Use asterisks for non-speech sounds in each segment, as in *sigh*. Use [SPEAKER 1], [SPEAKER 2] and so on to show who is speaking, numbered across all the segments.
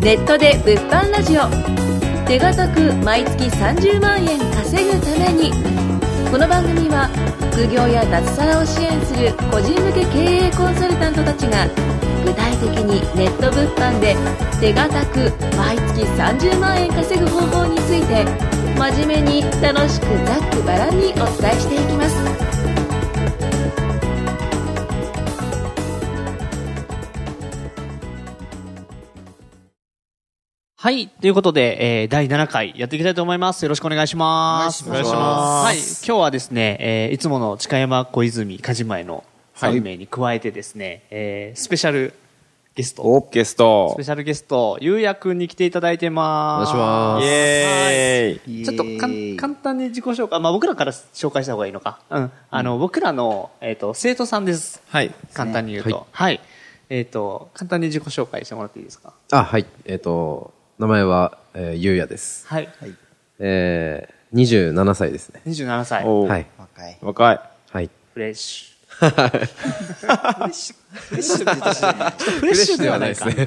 [SPEAKER 1] ネットで物販ラジオ手堅く毎月30万円稼ぐためにこの番組は副業や脱サラを支援する個人向け経営コンサルタントたちが具体的にネット物販で手堅く毎月30万円稼ぐ方法について真面目に楽しくざっくばらんにお伝えしていきます
[SPEAKER 2] はい。ということで、えー第7回やっていきたいと思います。よろしくお願いします。
[SPEAKER 3] お願いしま
[SPEAKER 2] はい。今日はですね、えーいつもの近山小泉かじまえの3名に加えてですね、えースペシャルゲスト、
[SPEAKER 3] ゲスト
[SPEAKER 2] スペシャルゲスト、ゆうやくんに来ていただいてます。
[SPEAKER 3] イエーイ
[SPEAKER 2] はいちょっとかん簡単に自己紹介、まあ僕らから紹介した方がいいのか。うん。あの、僕らの、えっ、と、生徒さんです。
[SPEAKER 3] はい。
[SPEAKER 2] 簡単に言うと。はい。えっ、と、簡単に自己紹介してもらっていいですか。
[SPEAKER 4] あ、はい。えっ、と、名前は、えー、ゆうやです。
[SPEAKER 2] はい。
[SPEAKER 4] えー、27歳ですね。
[SPEAKER 2] 27歳。
[SPEAKER 3] おう
[SPEAKER 4] はい。
[SPEAKER 5] 若い。
[SPEAKER 3] 若い。
[SPEAKER 4] はい。
[SPEAKER 2] フレッシュ。
[SPEAKER 4] フ
[SPEAKER 2] フレッシュではないか。
[SPEAKER 4] ね。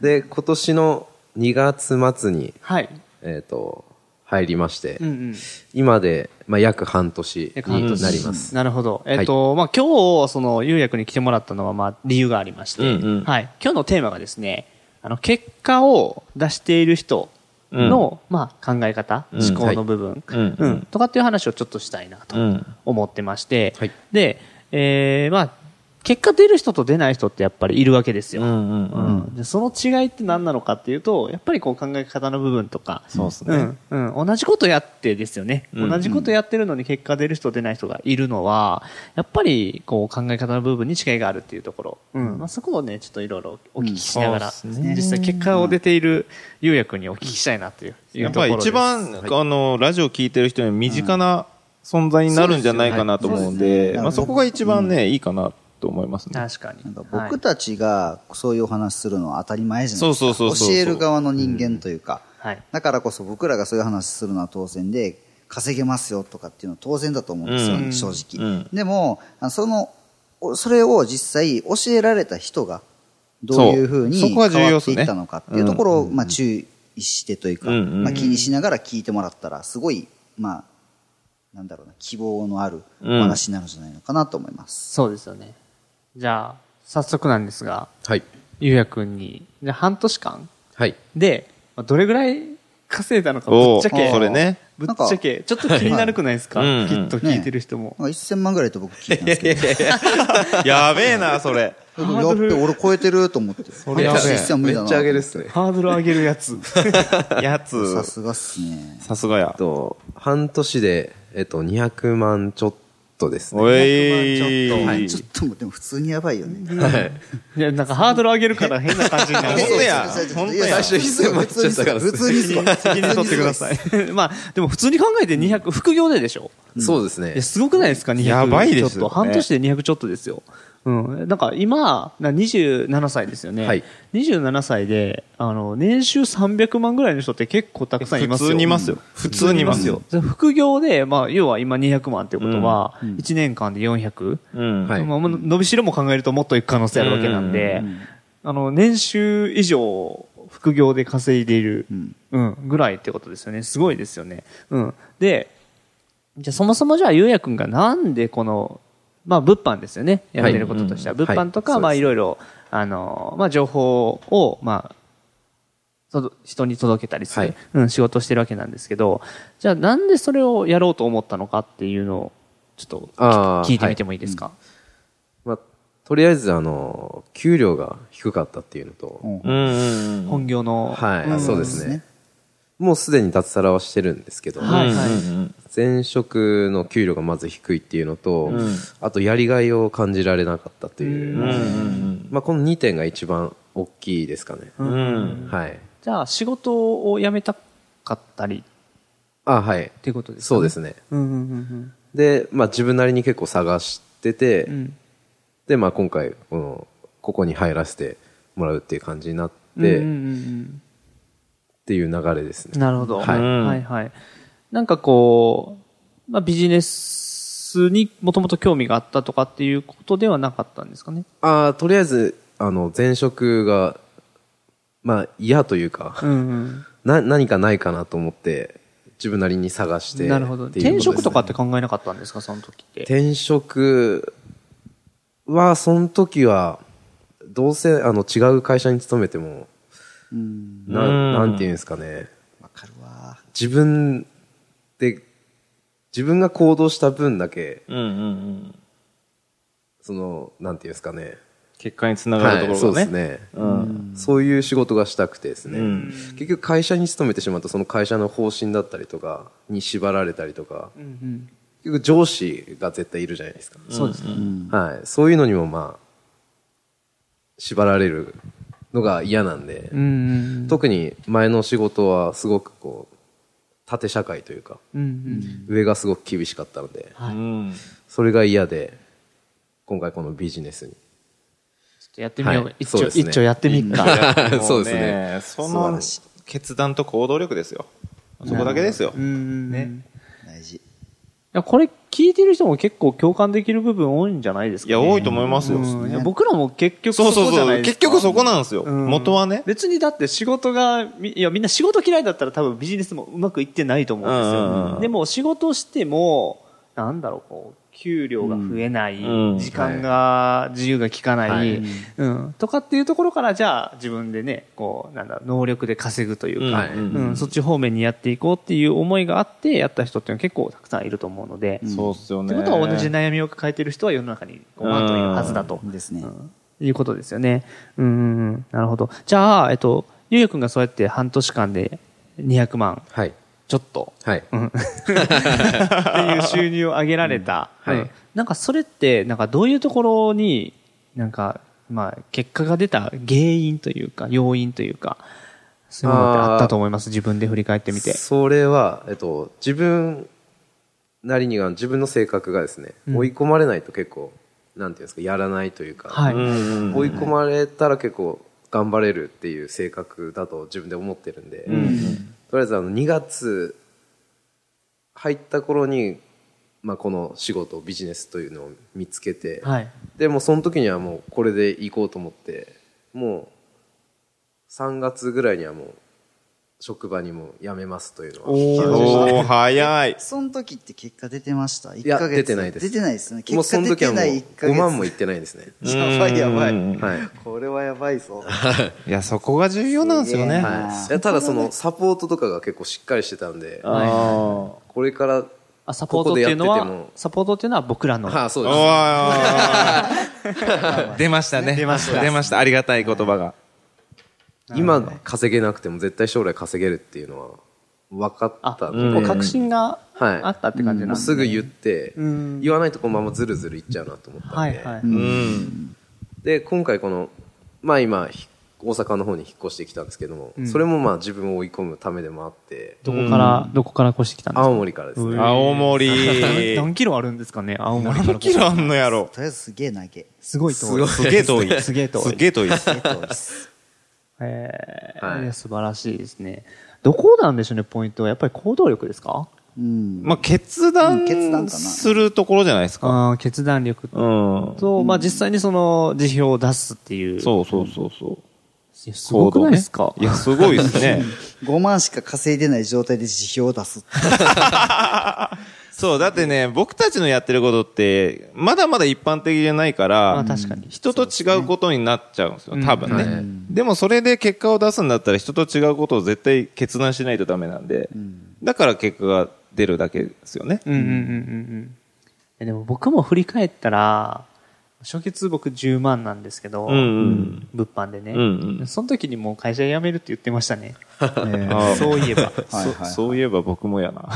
[SPEAKER 4] で、今年の2月末に、
[SPEAKER 2] はい。
[SPEAKER 4] えっ、と、入りまして、
[SPEAKER 2] うんうん。
[SPEAKER 4] 今で、まあ、約半年
[SPEAKER 2] え
[SPEAKER 4] になります。
[SPEAKER 2] なるほど。えっ、と、まあ、今日、その、ゆうやくんに来てもらったのは、まあ、理由がありまして、
[SPEAKER 3] うんうん
[SPEAKER 2] はい。今日のテーマがですね、あの、結果を出している人の、まあ、考え方、
[SPEAKER 3] ん
[SPEAKER 2] 思考の部分、
[SPEAKER 3] いうん
[SPEAKER 2] うんとかっていう話をちょっとしたいなと
[SPEAKER 3] うん
[SPEAKER 2] 思ってまして、
[SPEAKER 4] はい
[SPEAKER 2] で、えー、まあ、結果出る人と出ない人ってやっぱりいるわけですよ。
[SPEAKER 3] うんうんうん。
[SPEAKER 2] でその違いって何なのかっていうとやっぱりこう考え方の部分とか
[SPEAKER 3] そうっすね
[SPEAKER 2] うんうん、同じことやってですよね、
[SPEAKER 3] ん
[SPEAKER 2] 同じことやってるのに結果出る人出ない人がいるのはやっぱりこう考え方の部分に違いがあるっていうところ、うんまあ、そこをねちょっといろいろお聞きしながら、
[SPEAKER 3] うんそうっすね
[SPEAKER 2] 実際結果を出ているゆうやくんにお聞きしたいなというい
[SPEAKER 3] や
[SPEAKER 2] う
[SPEAKER 3] っ
[SPEAKER 2] とこ
[SPEAKER 3] ぱ
[SPEAKER 2] ろ
[SPEAKER 3] り
[SPEAKER 2] です
[SPEAKER 3] 一番、あの、ラジオ聞いてる人に身近な存在になるんじゃないかなと思うんで、
[SPEAKER 5] うん
[SPEAKER 3] まあそこが一番ね、いいかなと思いますね。
[SPEAKER 2] 確かに
[SPEAKER 5] なんか
[SPEAKER 2] はい
[SPEAKER 5] 僕たちがそういうお話するのは当たり前じゃないです
[SPEAKER 3] そう
[SPEAKER 5] か。
[SPEAKER 3] そうそうそう
[SPEAKER 5] 教える側の人間というか、
[SPEAKER 2] はい
[SPEAKER 5] だからこそ僕らがそういう話するのは当然で、稼げますよとかっていうのは当然だと思うんですよ、
[SPEAKER 3] うん
[SPEAKER 5] 正直。
[SPEAKER 3] うん
[SPEAKER 5] でも、あその、おそれを実際教えられた人が、どういうふうに
[SPEAKER 3] そうそ
[SPEAKER 5] 変
[SPEAKER 3] こ
[SPEAKER 5] わ
[SPEAKER 3] は重要っ
[SPEAKER 5] っ
[SPEAKER 3] す
[SPEAKER 5] て
[SPEAKER 3] ね
[SPEAKER 5] いったのかっていうところを、まあ注意してというか、
[SPEAKER 3] うんうん
[SPEAKER 5] まあ気にしながら聞いてもらったら、すごい、まあ、なんだろうな、希望のあるお話になるんじゃないのかなと思います。
[SPEAKER 2] そうですよねじゃあ早速なんですが
[SPEAKER 4] はい。
[SPEAKER 2] ゆうやくんにじゃあ半年間
[SPEAKER 4] はい。
[SPEAKER 2] で、まあどれぐらい稼いだのか、ぶ
[SPEAKER 3] お
[SPEAKER 2] っ
[SPEAKER 3] う
[SPEAKER 2] ちゃけ。
[SPEAKER 3] それね
[SPEAKER 2] ぶっちゃけ、ちょっと気になるくないですか、
[SPEAKER 3] はい
[SPEAKER 2] きっと聞いてる人も。
[SPEAKER 5] なんか1000万ぐらいと僕聞いたんですけど、
[SPEAKER 3] やべえな、そ *laughs* れ。
[SPEAKER 5] でもやっべ、俺超えてると思って。
[SPEAKER 3] れやべえ
[SPEAKER 5] 私1000
[SPEAKER 4] め
[SPEAKER 5] 無
[SPEAKER 4] っ
[SPEAKER 5] 理
[SPEAKER 4] ち
[SPEAKER 5] だ
[SPEAKER 4] ゃ
[SPEAKER 5] な
[SPEAKER 4] 上げるっすね。
[SPEAKER 2] ハードル上げるやつ。
[SPEAKER 3] や
[SPEAKER 5] さ
[SPEAKER 3] つ。
[SPEAKER 5] すがっすね。
[SPEAKER 3] さすがや
[SPEAKER 4] えっ。と、半年で、えっ、と、200万ちょっとですね。
[SPEAKER 3] おい
[SPEAKER 2] 100万
[SPEAKER 3] ー。
[SPEAKER 5] ちょっともうでも普通にやばいよね。
[SPEAKER 4] はい。
[SPEAKER 2] *laughs* いや、なんかハードル上げるから変な感じになる *laughs*
[SPEAKER 3] 本。当や本当や
[SPEAKER 5] い
[SPEAKER 4] 最初1000万いっちゃったから
[SPEAKER 5] 普通にすごい。
[SPEAKER 2] 責任取ってください。 *laughs* まあ、でも普通に考えて200、副業ででしょ
[SPEAKER 4] そうですね
[SPEAKER 2] いや、。すごくないですか、200。
[SPEAKER 3] やばいです
[SPEAKER 2] ちょ
[SPEAKER 3] よね
[SPEAKER 2] っと半年で200ちょっとですよ。うん。なんか今、な27歳ですよね。
[SPEAKER 4] はい
[SPEAKER 2] 27歳で、あの、年収300万ぐらいの人って結構たくさんい
[SPEAKER 3] 普
[SPEAKER 2] ますよ。
[SPEAKER 3] 通にいますよ。普通にいますよ。
[SPEAKER 2] じゃあ副業で、まあ、要は今200万っていうことは、1年間で400。
[SPEAKER 3] うん。
[SPEAKER 4] はい
[SPEAKER 2] まあ、伸びしろも考えるともっといく可能性あるわけなんで、あの、年収以上、副業で稼いでいる、うん、ぐらいってことですよね。すごいですよね。うん。で、じゃあそもそもじゃあ、ゆうやくんがなんでこの、まあ、物販ですよね。やってることとしては。
[SPEAKER 4] うんうん
[SPEAKER 2] 物販とか、
[SPEAKER 4] はい
[SPEAKER 2] まあ、
[SPEAKER 4] そうです
[SPEAKER 2] いろいろ、あの、まあ、情報を、まあ、とど人に届けたりする、
[SPEAKER 4] はい
[SPEAKER 2] うん、仕事してるわけなんですけど、じゃあなんでそれをやろうと思ったのかっていうのを、ちょっと
[SPEAKER 4] あー
[SPEAKER 2] 聞いてみてもいいですか、
[SPEAKER 4] まあ、とりあえず、あの、給料が低かったっていうのと、
[SPEAKER 3] うんうんうん。
[SPEAKER 2] 本業の。
[SPEAKER 4] はい、
[SPEAKER 2] ん
[SPEAKER 4] そうですね。もうすでに脱サラはしてるんですけど、
[SPEAKER 2] はいはい
[SPEAKER 3] うん
[SPEAKER 4] 前職の給料がまず低いっていうのと、あとやりがいを感じられなかったという、
[SPEAKER 3] うんうん
[SPEAKER 4] まあ、この2点が一番大きいですかね。
[SPEAKER 3] うんうん。
[SPEAKER 4] はい。
[SPEAKER 2] じゃあ仕事を辞めたかったり
[SPEAKER 4] あ、はい。
[SPEAKER 2] っていうことですか、。
[SPEAKER 4] そうですすね。
[SPEAKER 2] うんうんうん
[SPEAKER 4] で、まあ、自分なりに結構探してて、
[SPEAKER 2] うん。うん
[SPEAKER 4] で、まあ、今回、この、ここに入らせてもらうっていう感じになって、
[SPEAKER 2] うんう
[SPEAKER 4] っ
[SPEAKER 2] ん
[SPEAKER 4] ていう流れです
[SPEAKER 2] うん
[SPEAKER 4] ね。
[SPEAKER 2] なるほど。
[SPEAKER 4] はい
[SPEAKER 3] うん
[SPEAKER 2] はいはい。なんかこう、まあビジネスにもともと興味があったとかっていうことではなかったんですかね。
[SPEAKER 4] あーとりあえず、あの、前職が、まあ嫌というか、 *laughs*
[SPEAKER 2] うんうん
[SPEAKER 4] な何かないかなと思って自分なりに探して
[SPEAKER 2] なるほど。
[SPEAKER 4] っていうこ
[SPEAKER 2] 転職とか
[SPEAKER 4] ですね
[SPEAKER 2] って考えなかったんですか、その時って。
[SPEAKER 4] 転職はその時はどうせあの違う会社に勤めても
[SPEAKER 5] うん
[SPEAKER 4] な
[SPEAKER 3] うん
[SPEAKER 4] んなんていうんですかね
[SPEAKER 5] わかるわ
[SPEAKER 4] 自分で自分が行動した分だけ
[SPEAKER 3] うんうんうん。
[SPEAKER 4] そのなんていうんですかね
[SPEAKER 3] 結果につながるところ
[SPEAKER 4] そうで
[SPEAKER 3] がね。
[SPEAKER 4] す。ね、
[SPEAKER 3] うん。
[SPEAKER 4] そういう仕事がしたくてですね、
[SPEAKER 3] うん
[SPEAKER 4] 結局会社に勤めてしまうとその会社の方針だったりとかに縛られたりとか
[SPEAKER 2] うんうん
[SPEAKER 4] 結局上司が絶対いるじゃないですか、
[SPEAKER 2] そうですね。
[SPEAKER 4] はい、そういうのにもまあ縛られるのが嫌なんで、
[SPEAKER 2] うんうん
[SPEAKER 4] 特に前の仕事はすごくこう縦社会というか
[SPEAKER 2] うんうん。
[SPEAKER 4] 上がすごく厳しかったので
[SPEAKER 3] うん。
[SPEAKER 4] それが嫌で今回このビジネスに
[SPEAKER 2] ちょっとやってみよう。
[SPEAKER 4] はい
[SPEAKER 2] 一
[SPEAKER 4] そう
[SPEAKER 2] 丁、
[SPEAKER 4] ですね
[SPEAKER 2] 一丁やってみっか。
[SPEAKER 4] そうですね
[SPEAKER 3] も *laughs* そ
[SPEAKER 5] 素晴
[SPEAKER 3] の
[SPEAKER 5] らしい
[SPEAKER 3] 決断と行動力ですよ。そこだけですよ。
[SPEAKER 2] うんね。
[SPEAKER 5] 大事
[SPEAKER 2] いやこれ聞いてる人も結構共感できる部分多いんじゃないですか、
[SPEAKER 3] いや、多いと思いますよ。
[SPEAKER 2] うんいや僕らも結局
[SPEAKER 3] そうそう
[SPEAKER 2] こじゃ
[SPEAKER 3] そ。
[SPEAKER 2] ないうです
[SPEAKER 3] 結
[SPEAKER 2] か
[SPEAKER 3] 局そこなんですよ。
[SPEAKER 2] うん
[SPEAKER 3] 元はね。
[SPEAKER 2] 別にだって仕事がみいやみんな仕事嫌いだったら多分ビジネスもうまくいってないと思うんですよ、
[SPEAKER 3] うんうんうん
[SPEAKER 2] でも仕事をしてもなんだろうこう給料が増えない、
[SPEAKER 3] うん
[SPEAKER 2] 時間が自由が利かない、
[SPEAKER 4] はい
[SPEAKER 2] うん、とかっていうところからじゃあ自分でねこうなんだ能力で稼ぐというか、
[SPEAKER 4] はい
[SPEAKER 3] うん
[SPEAKER 2] うん、そっち方面にやっていこうっていう思いがあってやった人っていうのは結構たくさんいると思うので、
[SPEAKER 3] そうっすよ
[SPEAKER 2] っ
[SPEAKER 3] ね。
[SPEAKER 2] てことは同じ悩みを抱えている人は世の中に5万といるはずだと、
[SPEAKER 5] ですね
[SPEAKER 2] うんいうことですよね。うんうんうん、なるほど。じゃあ、えっと、ゆうやくんがそうやって半年間で200万
[SPEAKER 4] はい
[SPEAKER 2] ちょっ
[SPEAKER 4] *laughs*
[SPEAKER 2] と
[SPEAKER 4] はい、
[SPEAKER 2] っていう収入を上げられた。
[SPEAKER 4] うんはい
[SPEAKER 2] うんなんかそれって、なんかどういうところに、なんか、まあ、結果が出た原因というか、要因というか、そういうものってあったと思います。自分で振り返ってみて。
[SPEAKER 4] それは、えっと、自分なりには自分の性格がですね、
[SPEAKER 2] うん
[SPEAKER 4] 追い込まれないと結構なんていうんですかやらないというか、
[SPEAKER 2] はい。
[SPEAKER 3] うんうん
[SPEAKER 4] 追い込まれたら結構頑張れるっていう性格だと自分で思ってるんで、とりあえずあの2月入った頃に、まあ、この仕事ビジネスというのを見つけて、
[SPEAKER 2] はい。
[SPEAKER 4] でもうその時にはもうこれで行こうと思ってもう3月ぐらいにはもう職場にも辞めますというのは
[SPEAKER 2] おー
[SPEAKER 3] おー、早 *laughs* い。
[SPEAKER 5] その時って結果出てました1
[SPEAKER 4] や
[SPEAKER 5] ヶ月
[SPEAKER 4] 出てないです
[SPEAKER 5] 出てないですね
[SPEAKER 4] もうそ
[SPEAKER 5] 結果
[SPEAKER 4] の
[SPEAKER 5] 出
[SPEAKER 4] 時はもう
[SPEAKER 5] てない1ヶ月
[SPEAKER 4] 5万も行ってないですね
[SPEAKER 5] やばいやばい、
[SPEAKER 3] うん
[SPEAKER 4] はい
[SPEAKER 5] これはやばいぞ
[SPEAKER 3] いや、そこが重要なんですよね。
[SPEAKER 5] すげえな
[SPEAKER 4] はいいやただそのサポートとかが結構しっかりしてたんで
[SPEAKER 3] あー
[SPEAKER 4] これから
[SPEAKER 2] あ、サポートっていうの
[SPEAKER 4] ここでやっ
[SPEAKER 2] は
[SPEAKER 4] てても、
[SPEAKER 2] サポートっていうのは僕らの。
[SPEAKER 4] ああそうですね
[SPEAKER 3] あー出ましたね。出ました。出ました。ありがたい言葉が。
[SPEAKER 4] 今稼げなくても絶対将来稼げるっていうのは分か
[SPEAKER 2] あ
[SPEAKER 4] っ、た
[SPEAKER 2] も
[SPEAKER 4] の
[SPEAKER 2] う
[SPEAKER 4] で、
[SPEAKER 2] 確信が
[SPEAKER 4] はい
[SPEAKER 2] あったって感じなん
[SPEAKER 4] もう
[SPEAKER 2] ですすね
[SPEAKER 4] ぐ言って、
[SPEAKER 2] うん
[SPEAKER 4] 言わないとこのままずるずるいっちゃうなと思った
[SPEAKER 2] は
[SPEAKER 4] ん
[SPEAKER 2] い
[SPEAKER 4] で、
[SPEAKER 2] はい。
[SPEAKER 3] うん。
[SPEAKER 4] で今回このまあ今ひ大阪の方に引っ越してきたんですけども、
[SPEAKER 2] ん
[SPEAKER 4] それもまあ自分を追い込むためでもあって
[SPEAKER 2] どこから、どこから越してきたんです
[SPEAKER 4] 青
[SPEAKER 2] か
[SPEAKER 4] 森からですね、
[SPEAKER 2] うん
[SPEAKER 3] 青 *laughs* 森。
[SPEAKER 2] 何何キロあるんですかね、青森から
[SPEAKER 3] 何キロあんのやろ。
[SPEAKER 5] とりあえずすげえ投げ
[SPEAKER 2] すごい遠い。
[SPEAKER 3] すげえ遠い。
[SPEAKER 2] *laughs* すげえ遠い
[SPEAKER 3] すげえ遠いです。
[SPEAKER 2] えー
[SPEAKER 4] はい
[SPEAKER 2] いや素晴らしいですね。どこなんでしょうね、ポイントは。やっぱり行動力ですか
[SPEAKER 5] うん
[SPEAKER 3] まあ、決
[SPEAKER 5] うん決断か
[SPEAKER 3] 断
[SPEAKER 5] な
[SPEAKER 3] するところじゃないですか。
[SPEAKER 2] あー決断力
[SPEAKER 3] うん。
[SPEAKER 2] と、まあ実際にその辞表を出すっていう。
[SPEAKER 3] そうそうそうそう。
[SPEAKER 2] いやすごくないですか
[SPEAKER 3] 行動ねいや、すごいです *laughs* ね。
[SPEAKER 5] 5万しか稼いでない状態で辞表を出すって
[SPEAKER 3] そう、だってね、僕たちのやってることって、まだまだ一般的じゃないか
[SPEAKER 2] ま
[SPEAKER 3] ら
[SPEAKER 2] あ、確かに。
[SPEAKER 3] 人と違うことになっちゃうんですよ、
[SPEAKER 2] ね
[SPEAKER 3] 多分ね、
[SPEAKER 4] うんはい
[SPEAKER 3] でもそれで結果を出すんだったら人と違うことを絶対決断しないとダメなんで、だから結果が出るだけですよね、
[SPEAKER 2] うんうんうんうんうんえ。でも僕も振り返ったら、初月僕10万なんですけど、
[SPEAKER 3] うんうん
[SPEAKER 2] 物販でね、
[SPEAKER 3] うんうん
[SPEAKER 2] その時にもう会社辞めるって言ってましたね。
[SPEAKER 3] *laughs* あー
[SPEAKER 2] そういえば。
[SPEAKER 5] はいはいはい
[SPEAKER 3] そそういえば僕もやな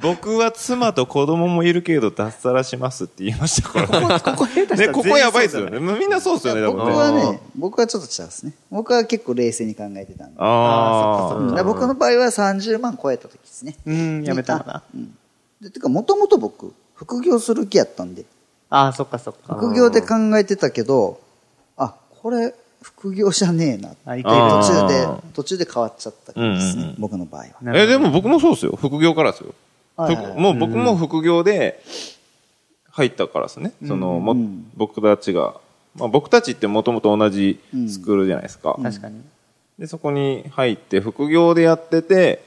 [SPEAKER 3] 僕は妻と子供もいるけど脱サラしますって言いましたから
[SPEAKER 2] ここ、ここ下手したら全
[SPEAKER 3] ね
[SPEAKER 2] 員
[SPEAKER 3] ここやばいです
[SPEAKER 2] そう
[SPEAKER 3] よ
[SPEAKER 2] じ
[SPEAKER 3] ね
[SPEAKER 2] ゃな
[SPEAKER 3] みんなそうですよね多
[SPEAKER 5] 僕
[SPEAKER 3] 分
[SPEAKER 5] は
[SPEAKER 3] あ
[SPEAKER 5] ね僕はちょっと違うんですね僕は結構冷静に考えてたんで
[SPEAKER 3] あ
[SPEAKER 2] あーそっ
[SPEAKER 3] ー
[SPEAKER 2] かそっ
[SPEAKER 5] だから僕の場合は30万超えた時ですね
[SPEAKER 2] うん、やめたかな。
[SPEAKER 5] でてかもともと僕副業する気やったんで
[SPEAKER 2] ああ、そっかそっか。
[SPEAKER 5] 副業で考えてたけどあこれ副業じゃねえなって
[SPEAKER 2] あ、いける
[SPEAKER 3] あ
[SPEAKER 5] 途中で
[SPEAKER 3] あー
[SPEAKER 5] 途中で変わっちゃった感じですね、
[SPEAKER 3] うんうんうん
[SPEAKER 5] 僕の場合は
[SPEAKER 2] なるほど
[SPEAKER 3] えでも僕もそうですよ副業からですよ、
[SPEAKER 5] はいはいはい
[SPEAKER 3] ふくもう僕も副業で入ったからですね、そのも
[SPEAKER 5] うん
[SPEAKER 3] 僕たちがまあ、僕たちってもともと同じスクールじゃないですか。
[SPEAKER 2] 確かに。
[SPEAKER 3] で、そこに入って、副業でやってて、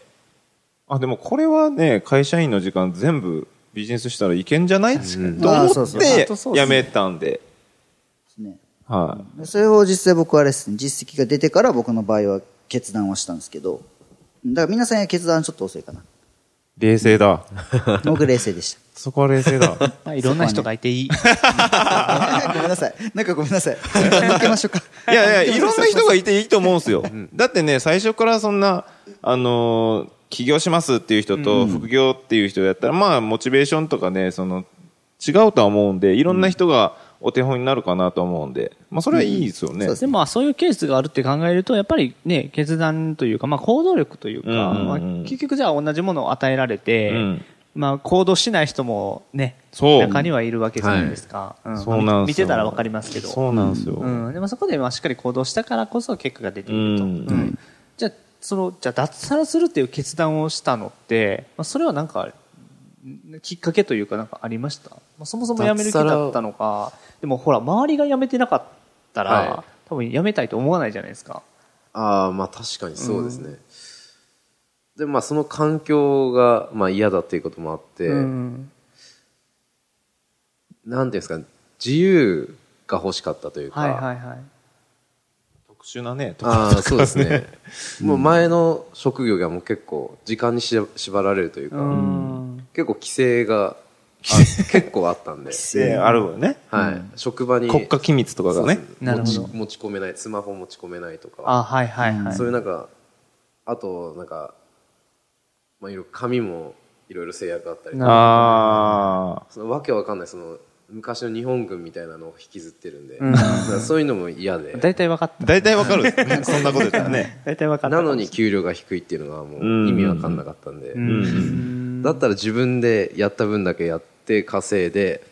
[SPEAKER 3] あ、でもこれはね、会社員の時間全部ビジネスしたらいけんじゃないと
[SPEAKER 5] あそ
[SPEAKER 3] 思
[SPEAKER 5] う
[SPEAKER 3] っ
[SPEAKER 5] そう
[SPEAKER 3] て
[SPEAKER 2] 本当そう、ですね
[SPEAKER 3] 辞めたんで。
[SPEAKER 5] ね。
[SPEAKER 3] は
[SPEAKER 5] それを実際僕はあれですね、実績が出てから僕の場合は決断をしたんですけど、だから皆さんや決断ちょっと遅いかな。
[SPEAKER 3] い。冷静だ。
[SPEAKER 5] 僕冷静でし
[SPEAKER 3] そこは冷静 *laughs* だ。
[SPEAKER 2] まあ、いろんな人がいていい。
[SPEAKER 5] *laughs* た。ごめんなさい。なんかごめんなさい。抜けましょうか。
[SPEAKER 3] いやいや、いろんな人がいていいと思うんですよ。だってね、最初からそんな、あのー起業しますっていう人と、副業っていう人やったら、まあ、モチベーションとかね、その、違うとは思うんで、いろんな人がお手本になるかなと思うんで、まあ、それはいいですよね。
[SPEAKER 5] そうです
[SPEAKER 2] でもまあそういうケースがあるって考えると、やっぱりね、決断というか、まあ行動力というか、
[SPEAKER 3] うんうんうん
[SPEAKER 2] まあ結局じゃあ同じものを与えられて、
[SPEAKER 3] うん
[SPEAKER 2] まあ行動しない人もね、
[SPEAKER 3] そう
[SPEAKER 2] 中にはいるわけじゃないですか。うん
[SPEAKER 3] そうなんです
[SPEAKER 2] 見て
[SPEAKER 3] よ
[SPEAKER 2] たらわかりますけど。
[SPEAKER 3] そうなんですよ。
[SPEAKER 2] うん、でもそこでまあしっかり行動したからこそ結果が出ていると、
[SPEAKER 3] うん
[SPEAKER 2] うんじゃあそのじゃあ脱サラするっていう決断をしたのって、まあ、それはなんかんきっかけというかなんかありました、まあ、そもそも辞める気
[SPEAKER 4] 脱サラ
[SPEAKER 2] だったのかでもほら周りが辞めてなかったら、
[SPEAKER 4] は
[SPEAKER 2] 多分辞めたいと思わないじゃないですか
[SPEAKER 4] ああまあ確かにそうですね、でまあその環境が、まあ、嫌だっていうこともあって、
[SPEAKER 2] うん
[SPEAKER 4] なんていうんですか自由が欲しかったというか、
[SPEAKER 2] はいはいはい
[SPEAKER 3] 特殊なね、特
[SPEAKER 4] ああそうです
[SPEAKER 2] *laughs*
[SPEAKER 4] ねもう前の職業がもう結構時間にし縛られるというか、
[SPEAKER 2] うん
[SPEAKER 4] 結構規
[SPEAKER 2] *laughs*
[SPEAKER 4] 制があ結構あったんで、
[SPEAKER 3] 性あるわね。
[SPEAKER 4] はい職場に
[SPEAKER 3] 国家機密とかがね
[SPEAKER 4] そう。です
[SPEAKER 2] なるほど
[SPEAKER 4] 持ち持ち込めないスマホ持ち込めないとか
[SPEAKER 2] あはいはいはい
[SPEAKER 4] そういうなんかあとなんか、まあ、いろいろ紙もいろいろ制約あったりと
[SPEAKER 2] なるほ
[SPEAKER 4] か
[SPEAKER 2] ど
[SPEAKER 3] あ
[SPEAKER 4] そのわけわかんないその昔の日本軍みたいなのを引きずってるんで、
[SPEAKER 2] うん
[SPEAKER 4] だからそういうのも嫌で
[SPEAKER 2] 大体分かっ
[SPEAKER 3] あ。
[SPEAKER 2] た
[SPEAKER 3] 大体わかるです *laughs* ね。そんなこと言ったらね。
[SPEAKER 2] 大体分かった
[SPEAKER 4] なのに給料が低いっていうのがも
[SPEAKER 3] うん
[SPEAKER 4] う意味わかんなかったんで、
[SPEAKER 2] うん
[SPEAKER 4] だったら自分でやった分だけやって稼いで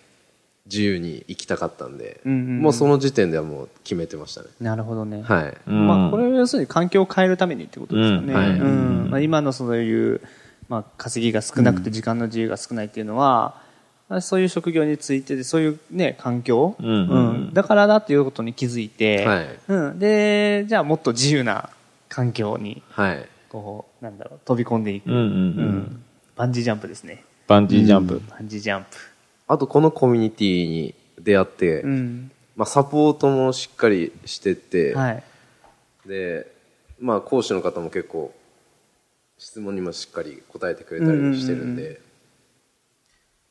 [SPEAKER 4] 自由に生きたかったんで、
[SPEAKER 2] うんうんうん
[SPEAKER 4] もうその時点ではもう決めてましたね、
[SPEAKER 2] なるほどね、
[SPEAKER 4] はい
[SPEAKER 3] うん
[SPEAKER 2] まあ、これは要するに環境を変えるためにってことですよね。
[SPEAKER 3] うん
[SPEAKER 4] はい
[SPEAKER 2] うんまあ、今のそういう、まあ、稼ぎが少なくて時間の自由が少ないっていうのは、まあそういう職業についてでそういう、ね、環境、
[SPEAKER 3] うんうんうん
[SPEAKER 2] だからだっていうことに気づいて、
[SPEAKER 4] はい
[SPEAKER 2] うん、でじゃあもっと自由な環境に
[SPEAKER 4] はい
[SPEAKER 2] こうなんだろう飛び込んでいく、
[SPEAKER 3] うんうんう。
[SPEAKER 2] うんんバンジージャンプですね
[SPEAKER 3] バンジージャンプ。
[SPEAKER 2] バンジージャンプ、
[SPEAKER 4] あとこのコミュニティに出会って、
[SPEAKER 2] うん
[SPEAKER 4] まあ、サポートもしっかりしてって、
[SPEAKER 2] はい、
[SPEAKER 4] で、まあ、講師の方も結構質問にもしっかり答えてくれたりしてるんで、
[SPEAKER 2] うんう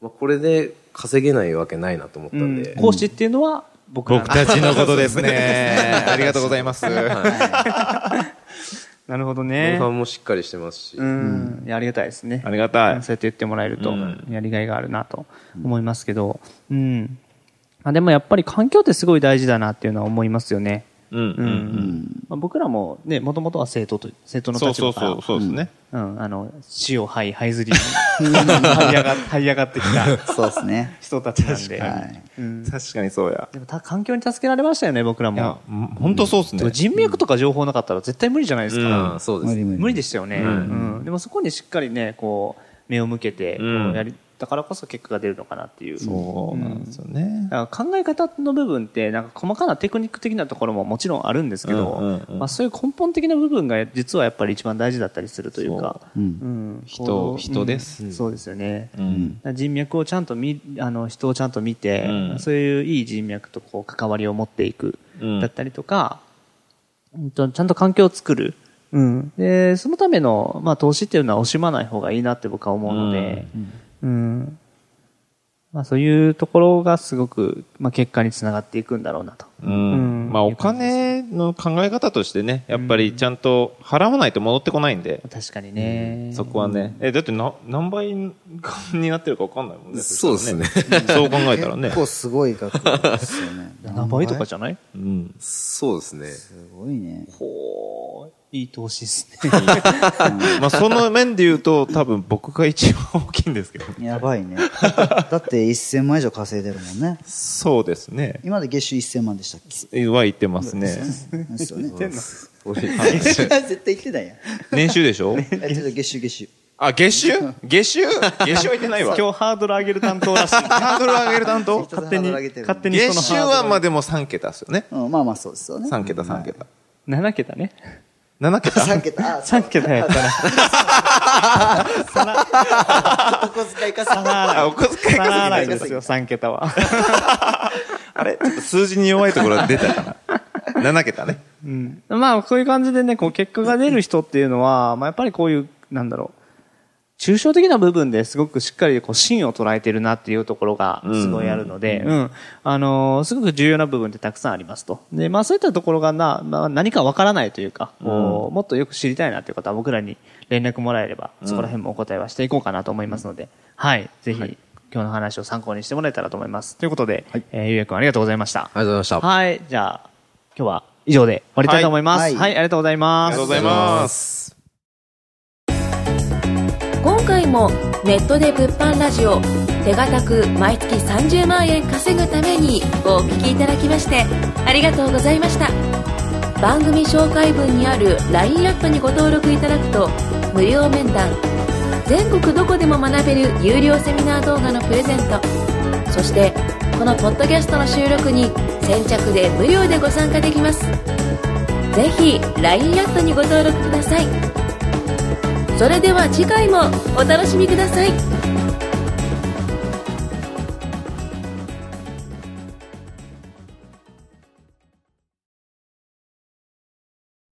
[SPEAKER 4] まあ、これで稼げないわけないなと思ったんで、
[SPEAKER 2] うん講師っていうのは僕らの
[SPEAKER 3] ちのことです *laughs* ね。ありがとうございます。
[SPEAKER 4] はい
[SPEAKER 2] なるほど
[SPEAKER 4] ノ
[SPEAKER 2] ね
[SPEAKER 4] ル。マもしっかりしてますし、
[SPEAKER 2] うん、いやありがたいですね。
[SPEAKER 3] ありがたい
[SPEAKER 2] うんそうやって言ってもらえると
[SPEAKER 3] うん、
[SPEAKER 2] やりがいがあるなと思いますけど、うん。まあでもやっぱり環境ってすごい大事だなっていうのは思いますよね。
[SPEAKER 3] うんう。
[SPEAKER 2] うんん。まあ僕らもね、もともとは生徒と、生徒の
[SPEAKER 3] そう
[SPEAKER 2] 立
[SPEAKER 3] そう
[SPEAKER 2] 場から
[SPEAKER 3] そう、、そうですね。
[SPEAKER 2] うん、あの、死をはい、はいずりに、這い
[SPEAKER 3] *laughs*
[SPEAKER 2] 上が、這い上がってきた
[SPEAKER 5] そうですね。
[SPEAKER 2] 人たちなんで。
[SPEAKER 5] はい。
[SPEAKER 2] うん
[SPEAKER 3] 確かにそうや。
[SPEAKER 2] でもた環境に助けられましたよね、僕ら
[SPEAKER 3] いや
[SPEAKER 2] も。、
[SPEAKER 3] 本当そうです
[SPEAKER 2] でも
[SPEAKER 3] ね。
[SPEAKER 2] 人脈とか情報なかったら絶対無理じゃないですか。
[SPEAKER 4] ああそうですね
[SPEAKER 5] 無
[SPEAKER 2] 無理でしたよね、うんでもそこにしっかりねこう目を向けてこ
[SPEAKER 3] うん
[SPEAKER 2] うやり、だからこそ結果が出るのかなっていう
[SPEAKER 3] そうなんですよね。
[SPEAKER 2] だから考え方の部分ってなんか細かなテクニック的なところももちろんあるんですけど、
[SPEAKER 3] うんうんうん
[SPEAKER 2] まあ、そういう根本的な部分が実はやっぱり一番大事だったりするというか
[SPEAKER 5] う。
[SPEAKER 2] うんん
[SPEAKER 3] 人
[SPEAKER 2] 行動
[SPEAKER 3] 人です
[SPEAKER 2] うんそうですよね、
[SPEAKER 3] う
[SPEAKER 2] だか
[SPEAKER 3] ん。
[SPEAKER 2] ら人脈をちゃんと見あの人をちゃんと見て、
[SPEAKER 3] うん
[SPEAKER 2] そういういい人脈とこう関わりを持っていく
[SPEAKER 3] うん
[SPEAKER 2] だったりとか、うんと、ちゃんと環境を作る。うん、でそのための、まあ、投資っていうのは惜しまない方がいいなって僕は思うので、うんまあ、そういうところがすごく、まあ、結果につながっていくんだろうなと。
[SPEAKER 3] うん
[SPEAKER 2] うん
[SPEAKER 3] まあお金の考え方としてね、やっぱりちゃんと払わないと戻ってこないんで、
[SPEAKER 2] 確かにね。
[SPEAKER 3] そこはね。え、だってな、何倍になってるかわかんないもんね。
[SPEAKER 4] そうですね
[SPEAKER 3] したらね。そう考えたらね *laughs*
[SPEAKER 5] 結。構すごい額ですよね。
[SPEAKER 2] 7倍とかじゃない
[SPEAKER 3] うん。
[SPEAKER 4] そうですね
[SPEAKER 5] すごいね。
[SPEAKER 2] ほう、いい投資ですね。
[SPEAKER 3] まあその面で言うと、多分僕が一番大きいんですけどね。
[SPEAKER 5] やばいね。だって1000万以上稼いでるもんね。
[SPEAKER 3] そうですね。
[SPEAKER 5] 今まで月収1000万でしたっけ
[SPEAKER 3] は言ってますね。
[SPEAKER 5] ですよね。
[SPEAKER 4] すごい *laughs*
[SPEAKER 5] *laughs* 絶対言ってないやん。
[SPEAKER 3] 年収でしょ
[SPEAKER 5] えちょっと月収月収。
[SPEAKER 3] あ、月収月収月収はいてないわ。
[SPEAKER 2] 今日ハードル上げる担当らしい。
[SPEAKER 3] ハードル上げる担当
[SPEAKER 5] 人
[SPEAKER 2] 勝手に、
[SPEAKER 5] ハードル上げてる
[SPEAKER 2] 勝手にその
[SPEAKER 3] 月収はまあ
[SPEAKER 2] ま
[SPEAKER 3] でも3桁っすよね。
[SPEAKER 5] うん、まあまあそうですよね。
[SPEAKER 3] 3桁、3桁。
[SPEAKER 2] 7桁ね。
[SPEAKER 3] 7桁
[SPEAKER 5] 3桁。あ、
[SPEAKER 2] 3桁やったら。
[SPEAKER 5] お小遣いかさな。
[SPEAKER 3] *laughs* あ、お小遣
[SPEAKER 2] 皿
[SPEAKER 3] い稼ぎ
[SPEAKER 2] 洗
[SPEAKER 3] ないい
[SPEAKER 2] ですよ、3桁は。
[SPEAKER 3] *laughs* あれちょっと数字に弱いところ出たかな。7桁ね。
[SPEAKER 2] うんまあ、こういう感じでね、こう、結果が出る人っていうのは、まあ、やっぱりこういう、なんだろう、抽象的な部分ですごくしっかり、こう、芯を捉えてるなっていうところが、すごいあるので、うん、あのーすごく重要な部分ってたくさんありますと。で、まあ、そういったところがな、まあ、何かわからないというか、こうもっとよく知りたいなという方は、僕らに連絡もらえれば、そこら辺もお答えはしていこうかなと思いますので、はい、ぜひ、今日の話を参考にしてもらえたらと思います。ということで、えーゆうやくんありがとうございました。
[SPEAKER 4] ありがとうございました。
[SPEAKER 2] はい。じゃあ、今日は以上で終わりたいと思います。は、
[SPEAKER 5] はいい
[SPEAKER 2] ありがとうござい
[SPEAKER 3] あ
[SPEAKER 2] ます
[SPEAKER 3] りがとう。ございます。
[SPEAKER 1] 今回もネットで物販ラジオ手堅く毎月30万円稼ぐためにお聞きいただきましてありがとうございました番組紹介文にある LINE アットにご登録いただくと無料面談全国どこでも学べる有料セミナー動画のプレゼントそしてこのポッドキャストの収録に先着で無料でご参加できますぜひ LINE アットにご登録くださいそれでは次回もお楽しみください